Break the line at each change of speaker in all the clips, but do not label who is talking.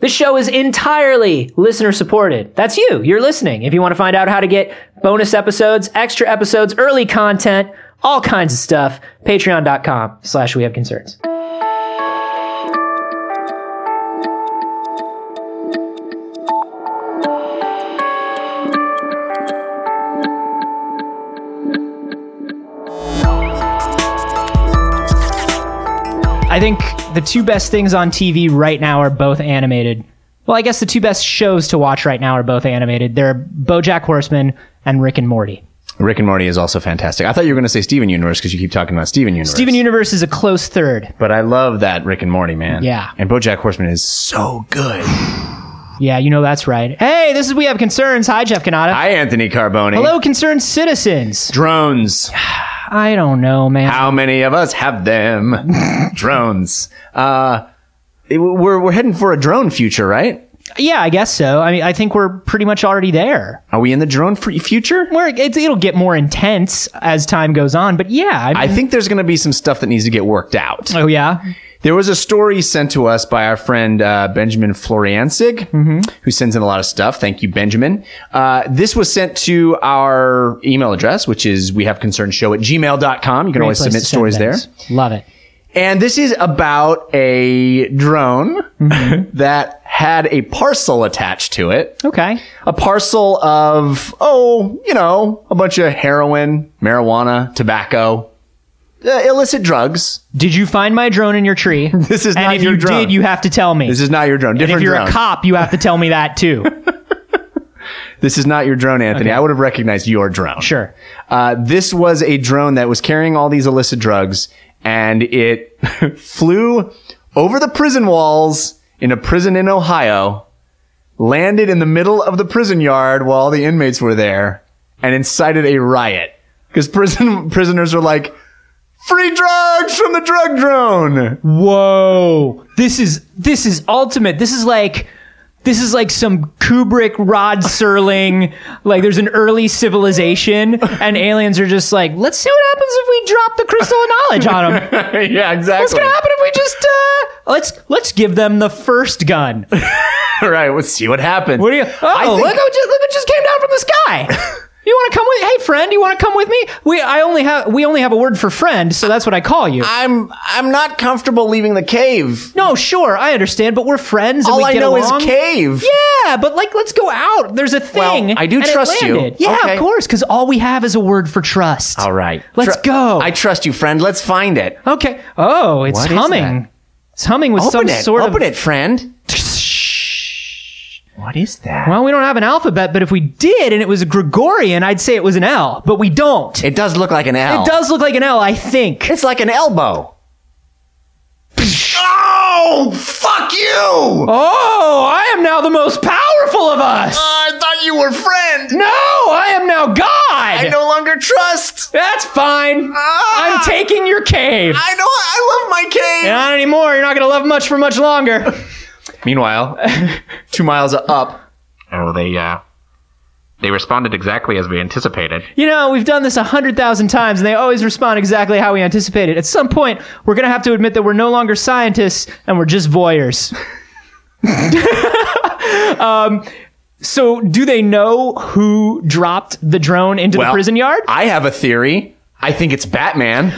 This show is entirely listener supported. That's you. You're listening. If you want to find out how to get bonus episodes, extra episodes, early content, all kinds of stuff, patreon.com slash we have concerns. I think the two best things on TV right now are both animated. Well, I guess the two best shows to watch right now are both animated. They're BoJack Horseman and Rick and Morty.
Rick and Morty is also fantastic. I thought you were going to say Steven Universe because you keep talking about Steven Universe.
Steven Universe is a close third.
But I love that Rick and Morty, man.
Yeah.
And Bojack Horseman is so good.
Yeah, you know that's right. Hey, this is We Have Concerns. Hi, Jeff Canada.
Hi, Anthony Carboni.
Hello, concerned citizens.
Drones.
I don't know, man.
How many of us have them? Drones. Uh, it- we're, we're heading for a drone future, right?
Yeah, I guess so. I mean, I think we're pretty much already there.
Are we in the drone free future?
Where it, it'll get more intense as time goes on, but yeah. I
I think there's going to be some stuff that needs to get worked out.
oh, yeah.
There was a story sent to us by our friend uh, Benjamin Floriansig,
Mm-hmm.
who sends in a lot of stuff. Thank you, Benjamin. Uh, this was sent to our email address, which is we have concerns show at gmail.com. You can always submit stories there.
there. Love it.
And this is about a drone
Mm-hmm.
that had a parcel attached to it
Okay.
a parcel of oh you know a bunch of heroin marijuana tobacco uh, illicit drugs
Did you find my drone in your tree?
This is
and
not
if
your
you
drone.
did, you have to tell me.
this is not your drone
and
different
if you're
drone.
a cop, you have to tell me that too.
This is not your drone, Anthony. I would have recognized your drone.
Sure.
Uh, this was a drone that was carrying all these illicit drugs, and it flew over the prison walls in a prison in Ohio, landed in the middle of the prison yard while all the inmates were there, and incited a riot because prison prisoners were like, "Free drugs from the drug drone."
Whoa. This is this is ultimate. This is like this is like some Kubrick Rod Serling. like there's an early civilization and aliens are just like, let's see what happens if we drop the crystal of knowledge on them.
yeah, exactly.
What's gonna happen if we just uh let's let's give them the first gun.
All right, let's see what happens.
What do you
I
Oh
think-
look who just look who just came down from the sky. You want to come with? Hey, friend, you want to come with me? We I only have we only have a word for friend, so that's what I call you.
I'm I'm not comfortable leaving the cave.
no, sure, I understand, but we're friends. And
All
we
I
get
know
along.
is cave.
Yeah, but like, let's go out. There's a thing.
I do
and it
trust you.
landed. Yeah,
Okay.
of course, because all we have is a word for trust.
All right.
Let's go.
I trust you, friend. Let's find it.
Okay. Oh, it's
What is
humming.
that?
It's humming with some
Open it.
sort
Open
of.
it, friend. What is that?
Well, we don't have an alphabet, but if we did and it was Gregorian, I'd say it was an L. But we don't. It,
it does look like an L.
does look like an L, I think.
It's like an elbow. oh, fuck you!
Oh, I am now the most powerful of us.
I thought you were friend.
No, I am now God.
I no longer trust.
That's fine.
Ah!
I'm taking your cave.
I know. I love my cave.
Not anymore. You're not gonna love much for much longer.
Meanwhile, two miles up.
Oh, they uh, they responded exactly as we anticipated.
you know, we've done this a hundred thousand times, and they always respond exactly how we anticipated. At some point, we're gonna have to admit that we're no longer scientists and we're just voyeurs. um, so, do they know who dropped the drone into the
Well,
prison yard?
I have a theory. I think it's Batman.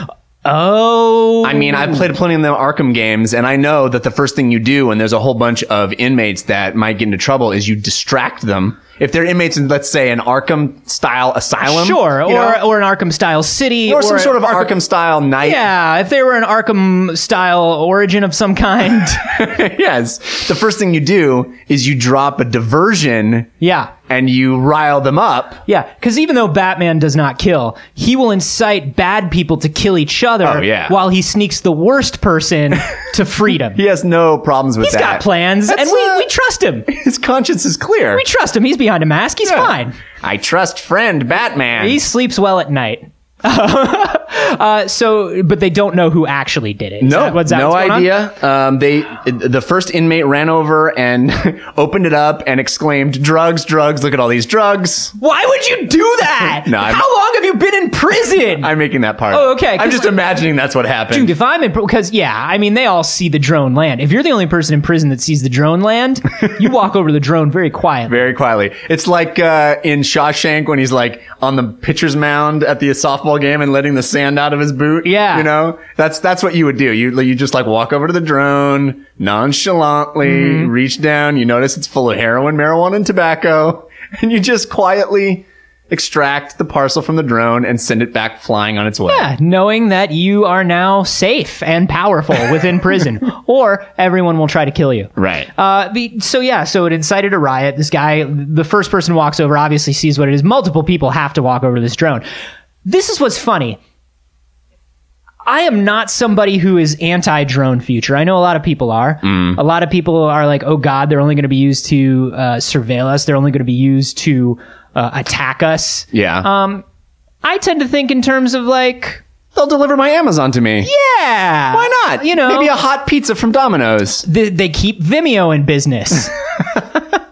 Oh,
I mean, I've played plenty of them Arkham games, and I know that the first thing you do when there's a whole bunch of inmates that might get into trouble is you distract them. If they're inmates in, let's say, an Arkham style asylum,
sure, or
um, you know,
or an Arkham style city,
or, some
a-
sort of Arkham style night.
Yeah, if they were an Arkham style origin of some kind.
yes. The first thing you do is you drop a diversion
yeah.
and you rile them up.
Yeah, because even though Batman does not kill, he will incite bad people to kill each other
Oh, yeah.
while he sneaks the worst person to freedom.
He has no problems with
He's
that.
got plans,
That's,
and we,
uh,
we trust him. We
His conscience is clear.
trust him. He's behind a mask. He's fine.
I trust friend Batman.
He sleeps well at night. Uh, so, but they don't know who actually did it. Is
No,
that what's- is that
no
what's going on?
idea. Um, they the first inmate ran over and opened it up and exclaimed, "Drugs, drugs! Look at all these drugs!"
Why would you do that?
No, I'm-
How long have you been in prison?
I'm making that part.
Oh, okay,
I'm
'cause
just
like-
imagining that's what happened.
Dude, if I'm in, because yeah, I mean, they all see the drone land. If you're the only person in prison that sees the drone land, you walk over the drone very quietly.
very quietly. It's like uh, in Shawshank when he's like on the pitcher's mound at the softball game and letting the sand out of his boot.
Yeah.
you know that's that's what you would do. You you just like walk over to the drone nonchalantly,
Mm-hmm.
reach down. You notice it's full of heroin, marijuana, and tobacco, and you just quietly extract the parcel from the drone and send it back flying on its way.
Yeah, knowing that you are now safe and powerful within prison, or everyone will try to kill you.
Right.
Uh, the, so yeah, so it incited a riot. This guy, the first person walks over, obviously sees what it is. Multiple people have to walk over to this drone. This is what's funny. I am not somebody who is anti drone future. I know a lot of people are.
Mm.
A lot of people are like, oh God, they're only going to be used to uh, surveil us. They're only going to be used to uh, attack us.
yeah.
Um, I tend to think in terms of like,
They'll deliver my Amazon to me.
yeah,
Why not?
You know,
maybe a hot pizza from Domino's.
they, they keep Vimeo in business.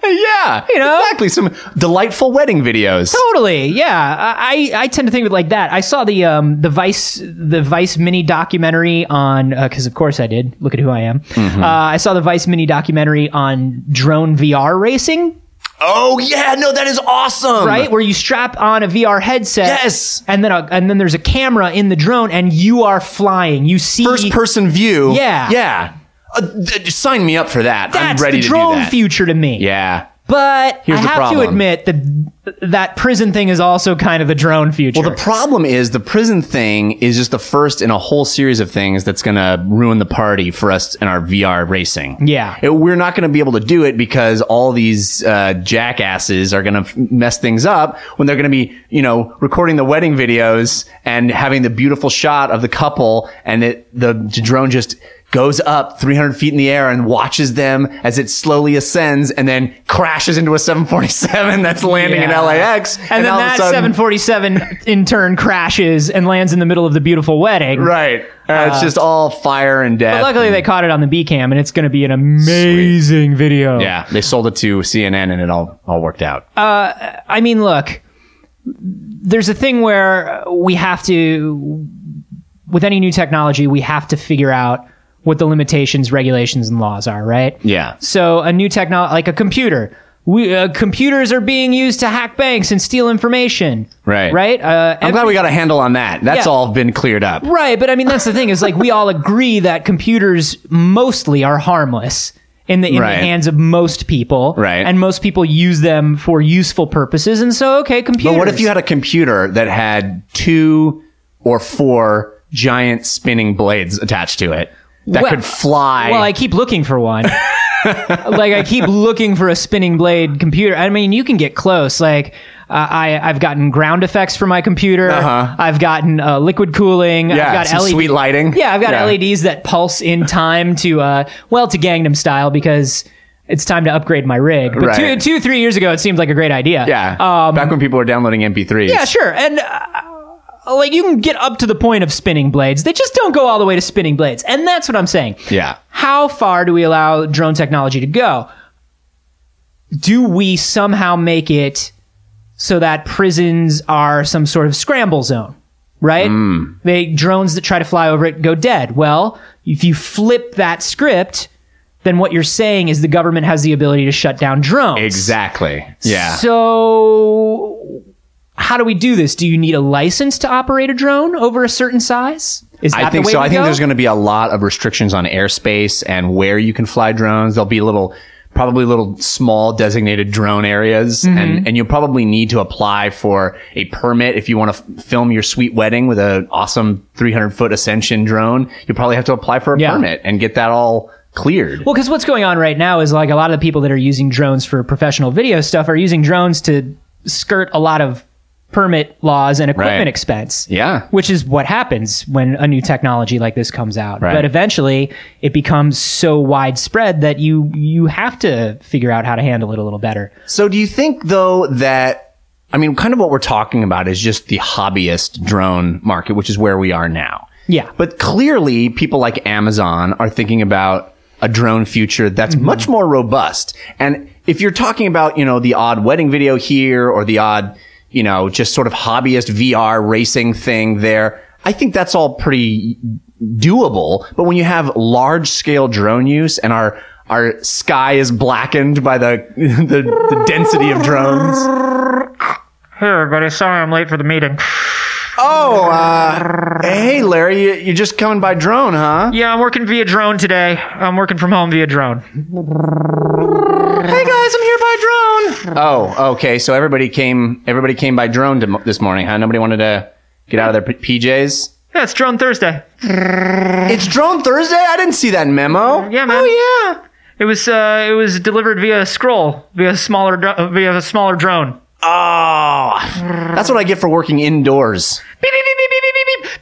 Yeah, you
know?
exactly. Some delightful wedding videos.
Totally, yeah. I, I I tend to think of it like that. I saw the um the Vice the Vice mini documentary on because of course I did. Look at who I am.
Mm-hmm.
Uh, I saw the Vice mini documentary on drone VR racing,
Oh yeah, no, that is awesome.
right? Where you strap on a VR headset,
Mm-hmm. Yes.
and then a, and then there's a camera in the drone, and you are flying. You see
First person view.
Yeah.
Yeah. Uh, th- sign me up for that.
That's
I'm ready
the
to
drone
do that.
future to me.
Yeah.
But
Here's
I
the
have to
problem.
admit that that prison thing is also kind of the drone future.
Well, the problem is the prison thing is just the first in a whole series of things that's going to ruin the party for us in our VR racing.
Yeah.
It- Uh, we're not going to be able to do it because all these uh, jackasses are going to f- mess things up when they're going to be, you know, recording the wedding videos and having the beautiful shot of the couple and it, the drone just goes up 300 feet in the air and watches them as it slowly ascends and then crashes into a 747 that's landing
Yeah.
in LAX.
And, then
all of a
that
sudden-
747 in turn crashes and lands in the middle of the beautiful wedding.
Right. Uh, it's just all fire and death.
Luckily, they caught it on the B cam, and it's going to be an amazing video.
yeah, they sold it to CNN and it all all worked out.
Uh, I mean, look, there's a thing where we have to, with any new technology, we have to figure out what the limitations, regulations, and laws are, right?
yeah.
So a new technology, like a computer. We, uh, computers are being used to hack banks and steal information.
Right.
Right. Uh,
I'm glad we got a handle on that. That's
Yeah.
all been cleared up.
Right, but I mean that's the thing is like we all agree that computers mostly are harmless in the in
Right.
the hands of most people,
Right.
And most people use them for useful purposes, and so okay, computers.
But what if you had a computer that had two or four giant spinning blades attached to it that
Well-
could fly?
Well, I keep looking for one. like I keep looking for a spinning blade computer. I mean, you can get close. Like uh, I, I've gotten ground effects for my computer.
Uh-huh.
I've gotten uh, liquid cooling.
yeah,
I've got
some
LED
sweet lighting.
Yeah, I've got E LEDs that pulse in time to uh well to Gangnam style because it's time to upgrade my rig. But
Right.
two, two, three years ago, it seemed like a great idea.
Yeah.
Um,
Back when people were downloading MP3s.
yeah, sure. And uh, like you can get up to the point of spinning blades. They just don't go all the way to spinning blades, and that's what I'm saying.
Yeah.
How far do we allow drone technology to go? Do we somehow make it so that prisons are some sort of scramble zone? Right?
Hmm.
They drones that try to fly over it go dead. Well, if you flip that script, then what you're saying is the government has the ability to shut down drones.
Exactly. Yeah.
So, how do we do this? Do you need a license to operate a drone over a certain size? Is that
I think
the way
so.
we
I think
go?
there's going to be a lot of restrictions on airspace and where you can fly drones. There'll be little, probably little small designated drone areas,
Mm-hmm.
and and you'll probably need to apply for a permit if you want to f- film your sweet wedding with an awesome 300 foot ascension drone. You'll probably have to apply for a
Yeah.
permit and get that all cleared.
Well, because what's going on right now is like a lot of the people that are using drones for professional video stuff are using drones to skirt a lot of permit laws and equipment
Right.
expense.
yeah.
Which is what happens when a new technology like this comes out.
Right.
But eventually, it becomes so widespread that you you have to figure out how to handle it a little better.
So do you think though that I mean, kind of what we're talking about is just the hobbyist drone market, which is where we are now.
Yeah.
But clearly, people like Amazon are thinking about a drone future that's much more robust. And if you're talking about, you know, the odd wedding video here or the odd, you know, just sort of hobbyist VR racing thing there, I think that's all pretty doable. But when you have large scale drone use and our our sky is blackened by the the, the density of drones.
Hey, everybody. Sorry I'm late for the meeting.
Oh, uh, hey, Larry, you, you're just coming by drone, huh?
Yeah, I'm working via drone today. I'm working from home via drone.
Hey guys, I'm here by drone. Oh, okay. So everybody came, everybody came by drone to, this morning, huh? Nobody wanted to get out of their p- PJs.
Yeah, it's Drone Thursday.
It's Drone Thursday. I didn't see that memo.
Yeah, man.
Oh yeah.
It was uh, it was delivered via scroll, via smaller dr- uh, via a smaller drone.
Oh, that's what I get for working indoors.
Beep, beep, beep, beep, beep, beep,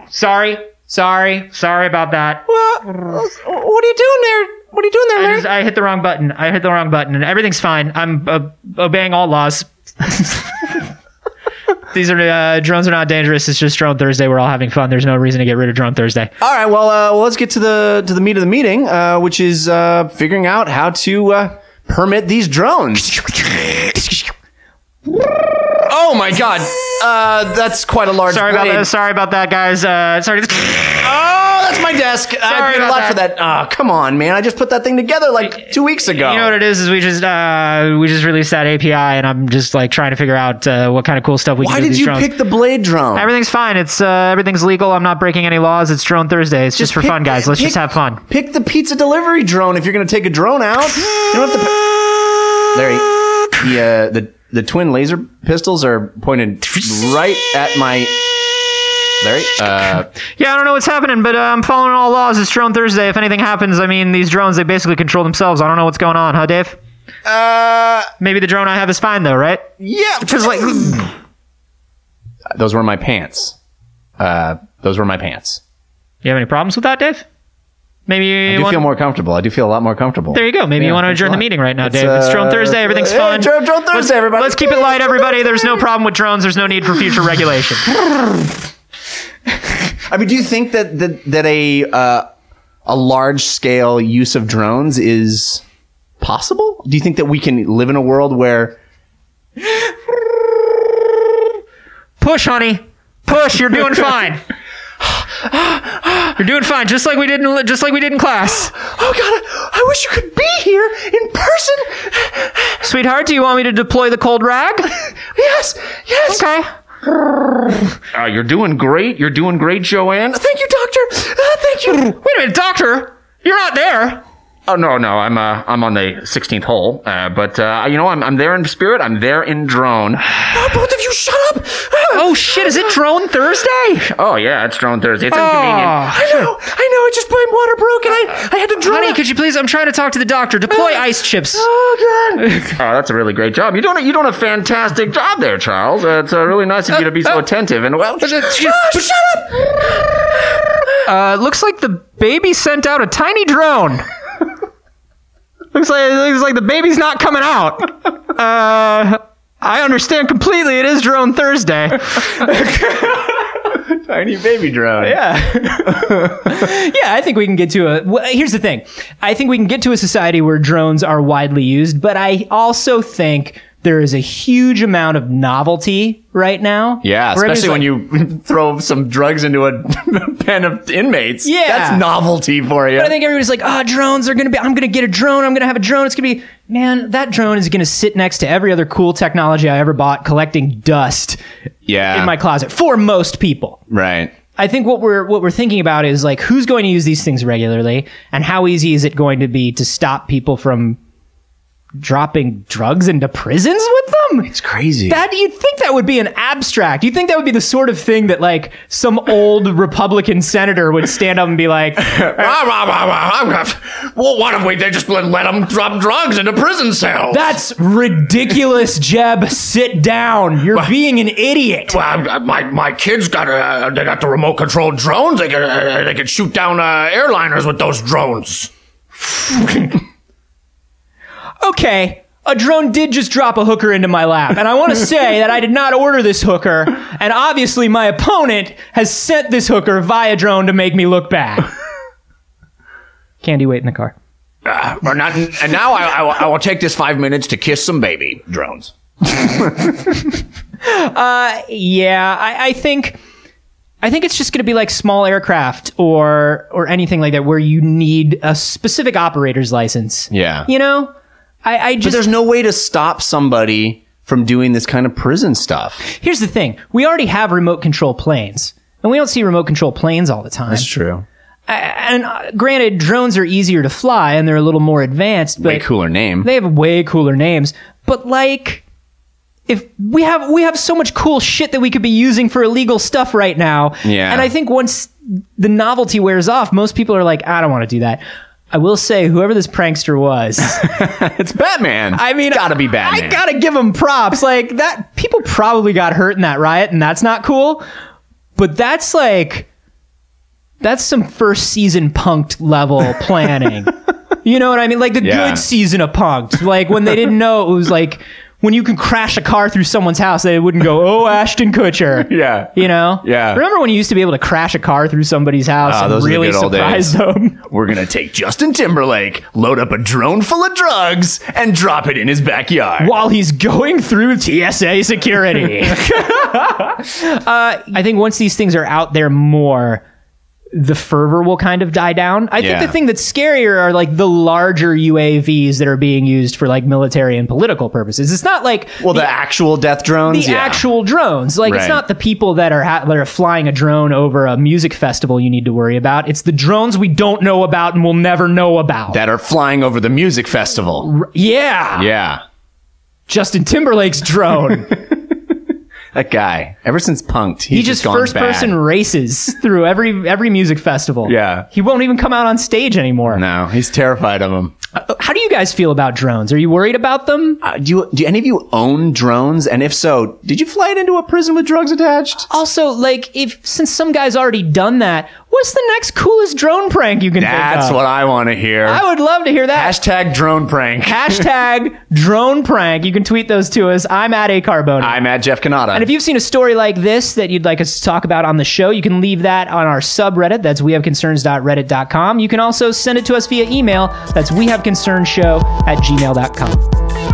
beep. sorry, sorry, sorry about that.
Well, what are you doing there? What are you doing there,
I, just, I hit the wrong button. I hit the wrong button, and everything's fine. I'm uh, obeying all laws. These are uh, drones are not dangerous. It's just Drone Thursday. We're all having fun. There's no reason to get rid of Drone Thursday.
All right. Well, uh, well, let's get to the to the meat of the meeting, uh, which is uh, figuring out how to uh, permit these drones. Oh my God, uh, that's quite a large.
Sorry about
blade.
that. Sorry about that, guys. Uh, sorry.
Oh, that's my desk. I
Sorry
paid a
about
lot for that. Oh, come on, man. I just put that thing together like two weeks ago.
You know what it is? Is we just uh, we just released that API, and I'm just like trying to figure out uh, what kind of cool stuff we
Why
can do. with
did
these
you
drones.
pick the blade drone?
Everything's fine. It's uh, everything's legal. I'm not breaking any laws. It's Drone Thursday. It's just, for
pick
fun, guys.
the-
Let's just
pick-
have fun.
Pick the pizza delivery drone if you're going to take a drone out. You don't have to. pi- Larry, the uh, the the twin laser pistols are pointed right at my. Larry, uh,
Yeah, I don't know what's happening, but uh, I'm following all laws. It's Drone Thursday. If anything happens, I mean, these drones they basically control themselves. I don't know what's going on, huh, Dave?
uh,
Maybe the drone I have is fine though, right?
yeah,
Just like
those were my pants. Uh, those were my pants.
You have any problems with that, Dave? Maybe you
I do
want-
feel more comfortable. I do feel a lot more comfortable.
There you go. Maybe
Yeah,
you want to
thanks a
adjourn the
lot.
meeting right now,
It's,
Dave. it's Drone
uh,
Thursday. Everything's
hey,
fun.
Drone- Drone Thursday, everybody.
Let's keep it light, everybody. There's no problem with drones. There's no need for future regulation.
I mean, do you think that that that a uh, a large scale use of drones is possible? Do you think that we can live in a world where
Push, honey. Push. You're doing fine. You're doing fine, just like we did in just like we did in class,
oh god, I wish you could be here in person.
sweetheart. Do you want me to deploy the cold rag?
Yes, yes.
Okay.
Uh, you're doing great. You're doing great, Joanne.
Thank you, doctor. thank you.
Wait a minute, doctor. You're not there.
Oh no, no, I'm uh, I'm on the 16th hole, uh, but uh, you know I'm I'm there in spirit. I'm there in drone.
both of you, shut up.
Oh shit! Is it Drone Thursday?
Oh yeah, it's drone Thursday. It's inconvenient.
Oh,
Ah, I know, I know. I just my water broke, and I I had to drone.
honey, could you please? I'm trying to talk to the doctor. Deploy ice chips.
Oh god.
Oh, that's a really great job. You're doing a, you're doing a fantastic job there, Charles. Uh, it's uh, really nice of you to
Oh,
be so attentive and well.
uh, shut up.
Uh, looks like the baby sent out a tiny drone. looks like looks like the baby's not coming out. Uh, I understand completely. It is Drone Thursday.
Tiny baby drone.
Yeah, I think we can get to a. Well, here's the thing. I think we can get to a society where drones are widely used, but I also think there is a huge amount of novelty right now.
Yeah,
Where
especially when
everybody's
you throw some drugs into a pen of inmates.
Yeah.
That's novelty for you.
like- I think everybody's like, oh, drones are going to be, I'm going to get a drone. I'm going to have a drone. It's going to be, man, that drone is going to sit next to every other cool technology I ever bought collecting dust
yeah.
in my closet for most people.
right.
I think what we're what we're thinking about is like who's going to use these things regularly and how easy is it going to be to stop people from dropping drugs into prisons with them?
It's crazy.
That you'd think that would be an abstract. You'd think that would be the sort of thing that like some old Republican senator would stand up and be like,
Rah, rah, rah, rah, I'm gonna- well, why don't we they just let, let them drop drugs into prison cells?
That's ridiculous, Jeb. Sit down. You're being an idiot.
Well, I- my my kids got uh, they got the remote control drones. They could uh, they could shoot down uh, airliners with those drones.
Okay.
a drone did just drop a hooker into my lap. And I want to say that I did not order this hooker. And obviously, my opponent has sent this hooker via drone to make me look bad. Candy, wait in the car.
Or not, and now I, I, will, I will take this five minutes to kiss some baby drones.
Yeah, I, I think I think it's just going to be like small aircraft or or anything like that where you need a specific operator's license.
Yeah.
You know, I, I just
But there's no way to stop somebody from doing this kind of prison stuff.
here's the thing: we already have remote control planes, and we don't see remote control planes all the time.
true.
and uh, granted, drones are easier to fly and they're a little more advanced, but
Way cooler name.
They have way cooler names, but like. If we have we have so much cool shit that we could be using for illegal stuff right now,
Yeah.
And I think once the novelty wears off, most people are like, I don't want to do that. I will say, whoever this prankster was,
it's Batman.
I mean,
gotta be Batman.
I gotta give him props. Like that, people probably got hurt in that riot, and that's not cool. But that's like, that's some first season punked level planning. you know what I mean? Like the
Yeah.
good season of punked, like when they didn't know it was like when you can crash a car through someone's house, they wouldn't go, "Oh, Ashton Kutcher."
Yeah.
You know?
Yeah.
Remember when you used to be able to crash a car through somebody's house
Ah,
and
those were the
really
good old
surprise
days.
them?
We're gonna take Justin Timberlake, load up a drone full of drugs, and drop it in his backyard.
while he's going through TSA security. uh, I think once these things are out there more, the fervor will kind of die down. I
Yeah.
think the thing that's scarier are like the larger UAVs that are being used for like military and political purposes. It's not like
well, the, actual death drones.
the
yeah.
actual drones. Like
Right.
it's not the people that are ha- that are flying a drone over a music festival you need to worry about. It's the drones we don't know about and we'll never know about.
that are flying over the music festival.
yeah.
Yeah.
Justin Timberlake's drone.
That guy. Ever since Punked, he's
He just
gone
first
bad.
person races through every every music festival.
Yeah.
He won't even come out on stage anymore.
No, he's terrified of them.
How do you guys feel about drones? Are you worried about them?
Uh, do you, do any of you own drones? And if so, did you fly it into a prison with drugs attached?
Also, like if since some guy's already done that, what's the next coolest drone prank you can
That's
think of?
what I want to hear.
I would love to hear that.
Hashtag drone prank.
Hashtag drone prank. You can tweet those to us. I'm at a carbone.
I'm at Jeff Canada.
And if you've seen a story like this that you'd like us to talk about on the show, you can leave that on our subreddit. That's wehaveconcerns.reddit.com. You can also send it to us via email. That's wehaveconcernshow at gmail.com.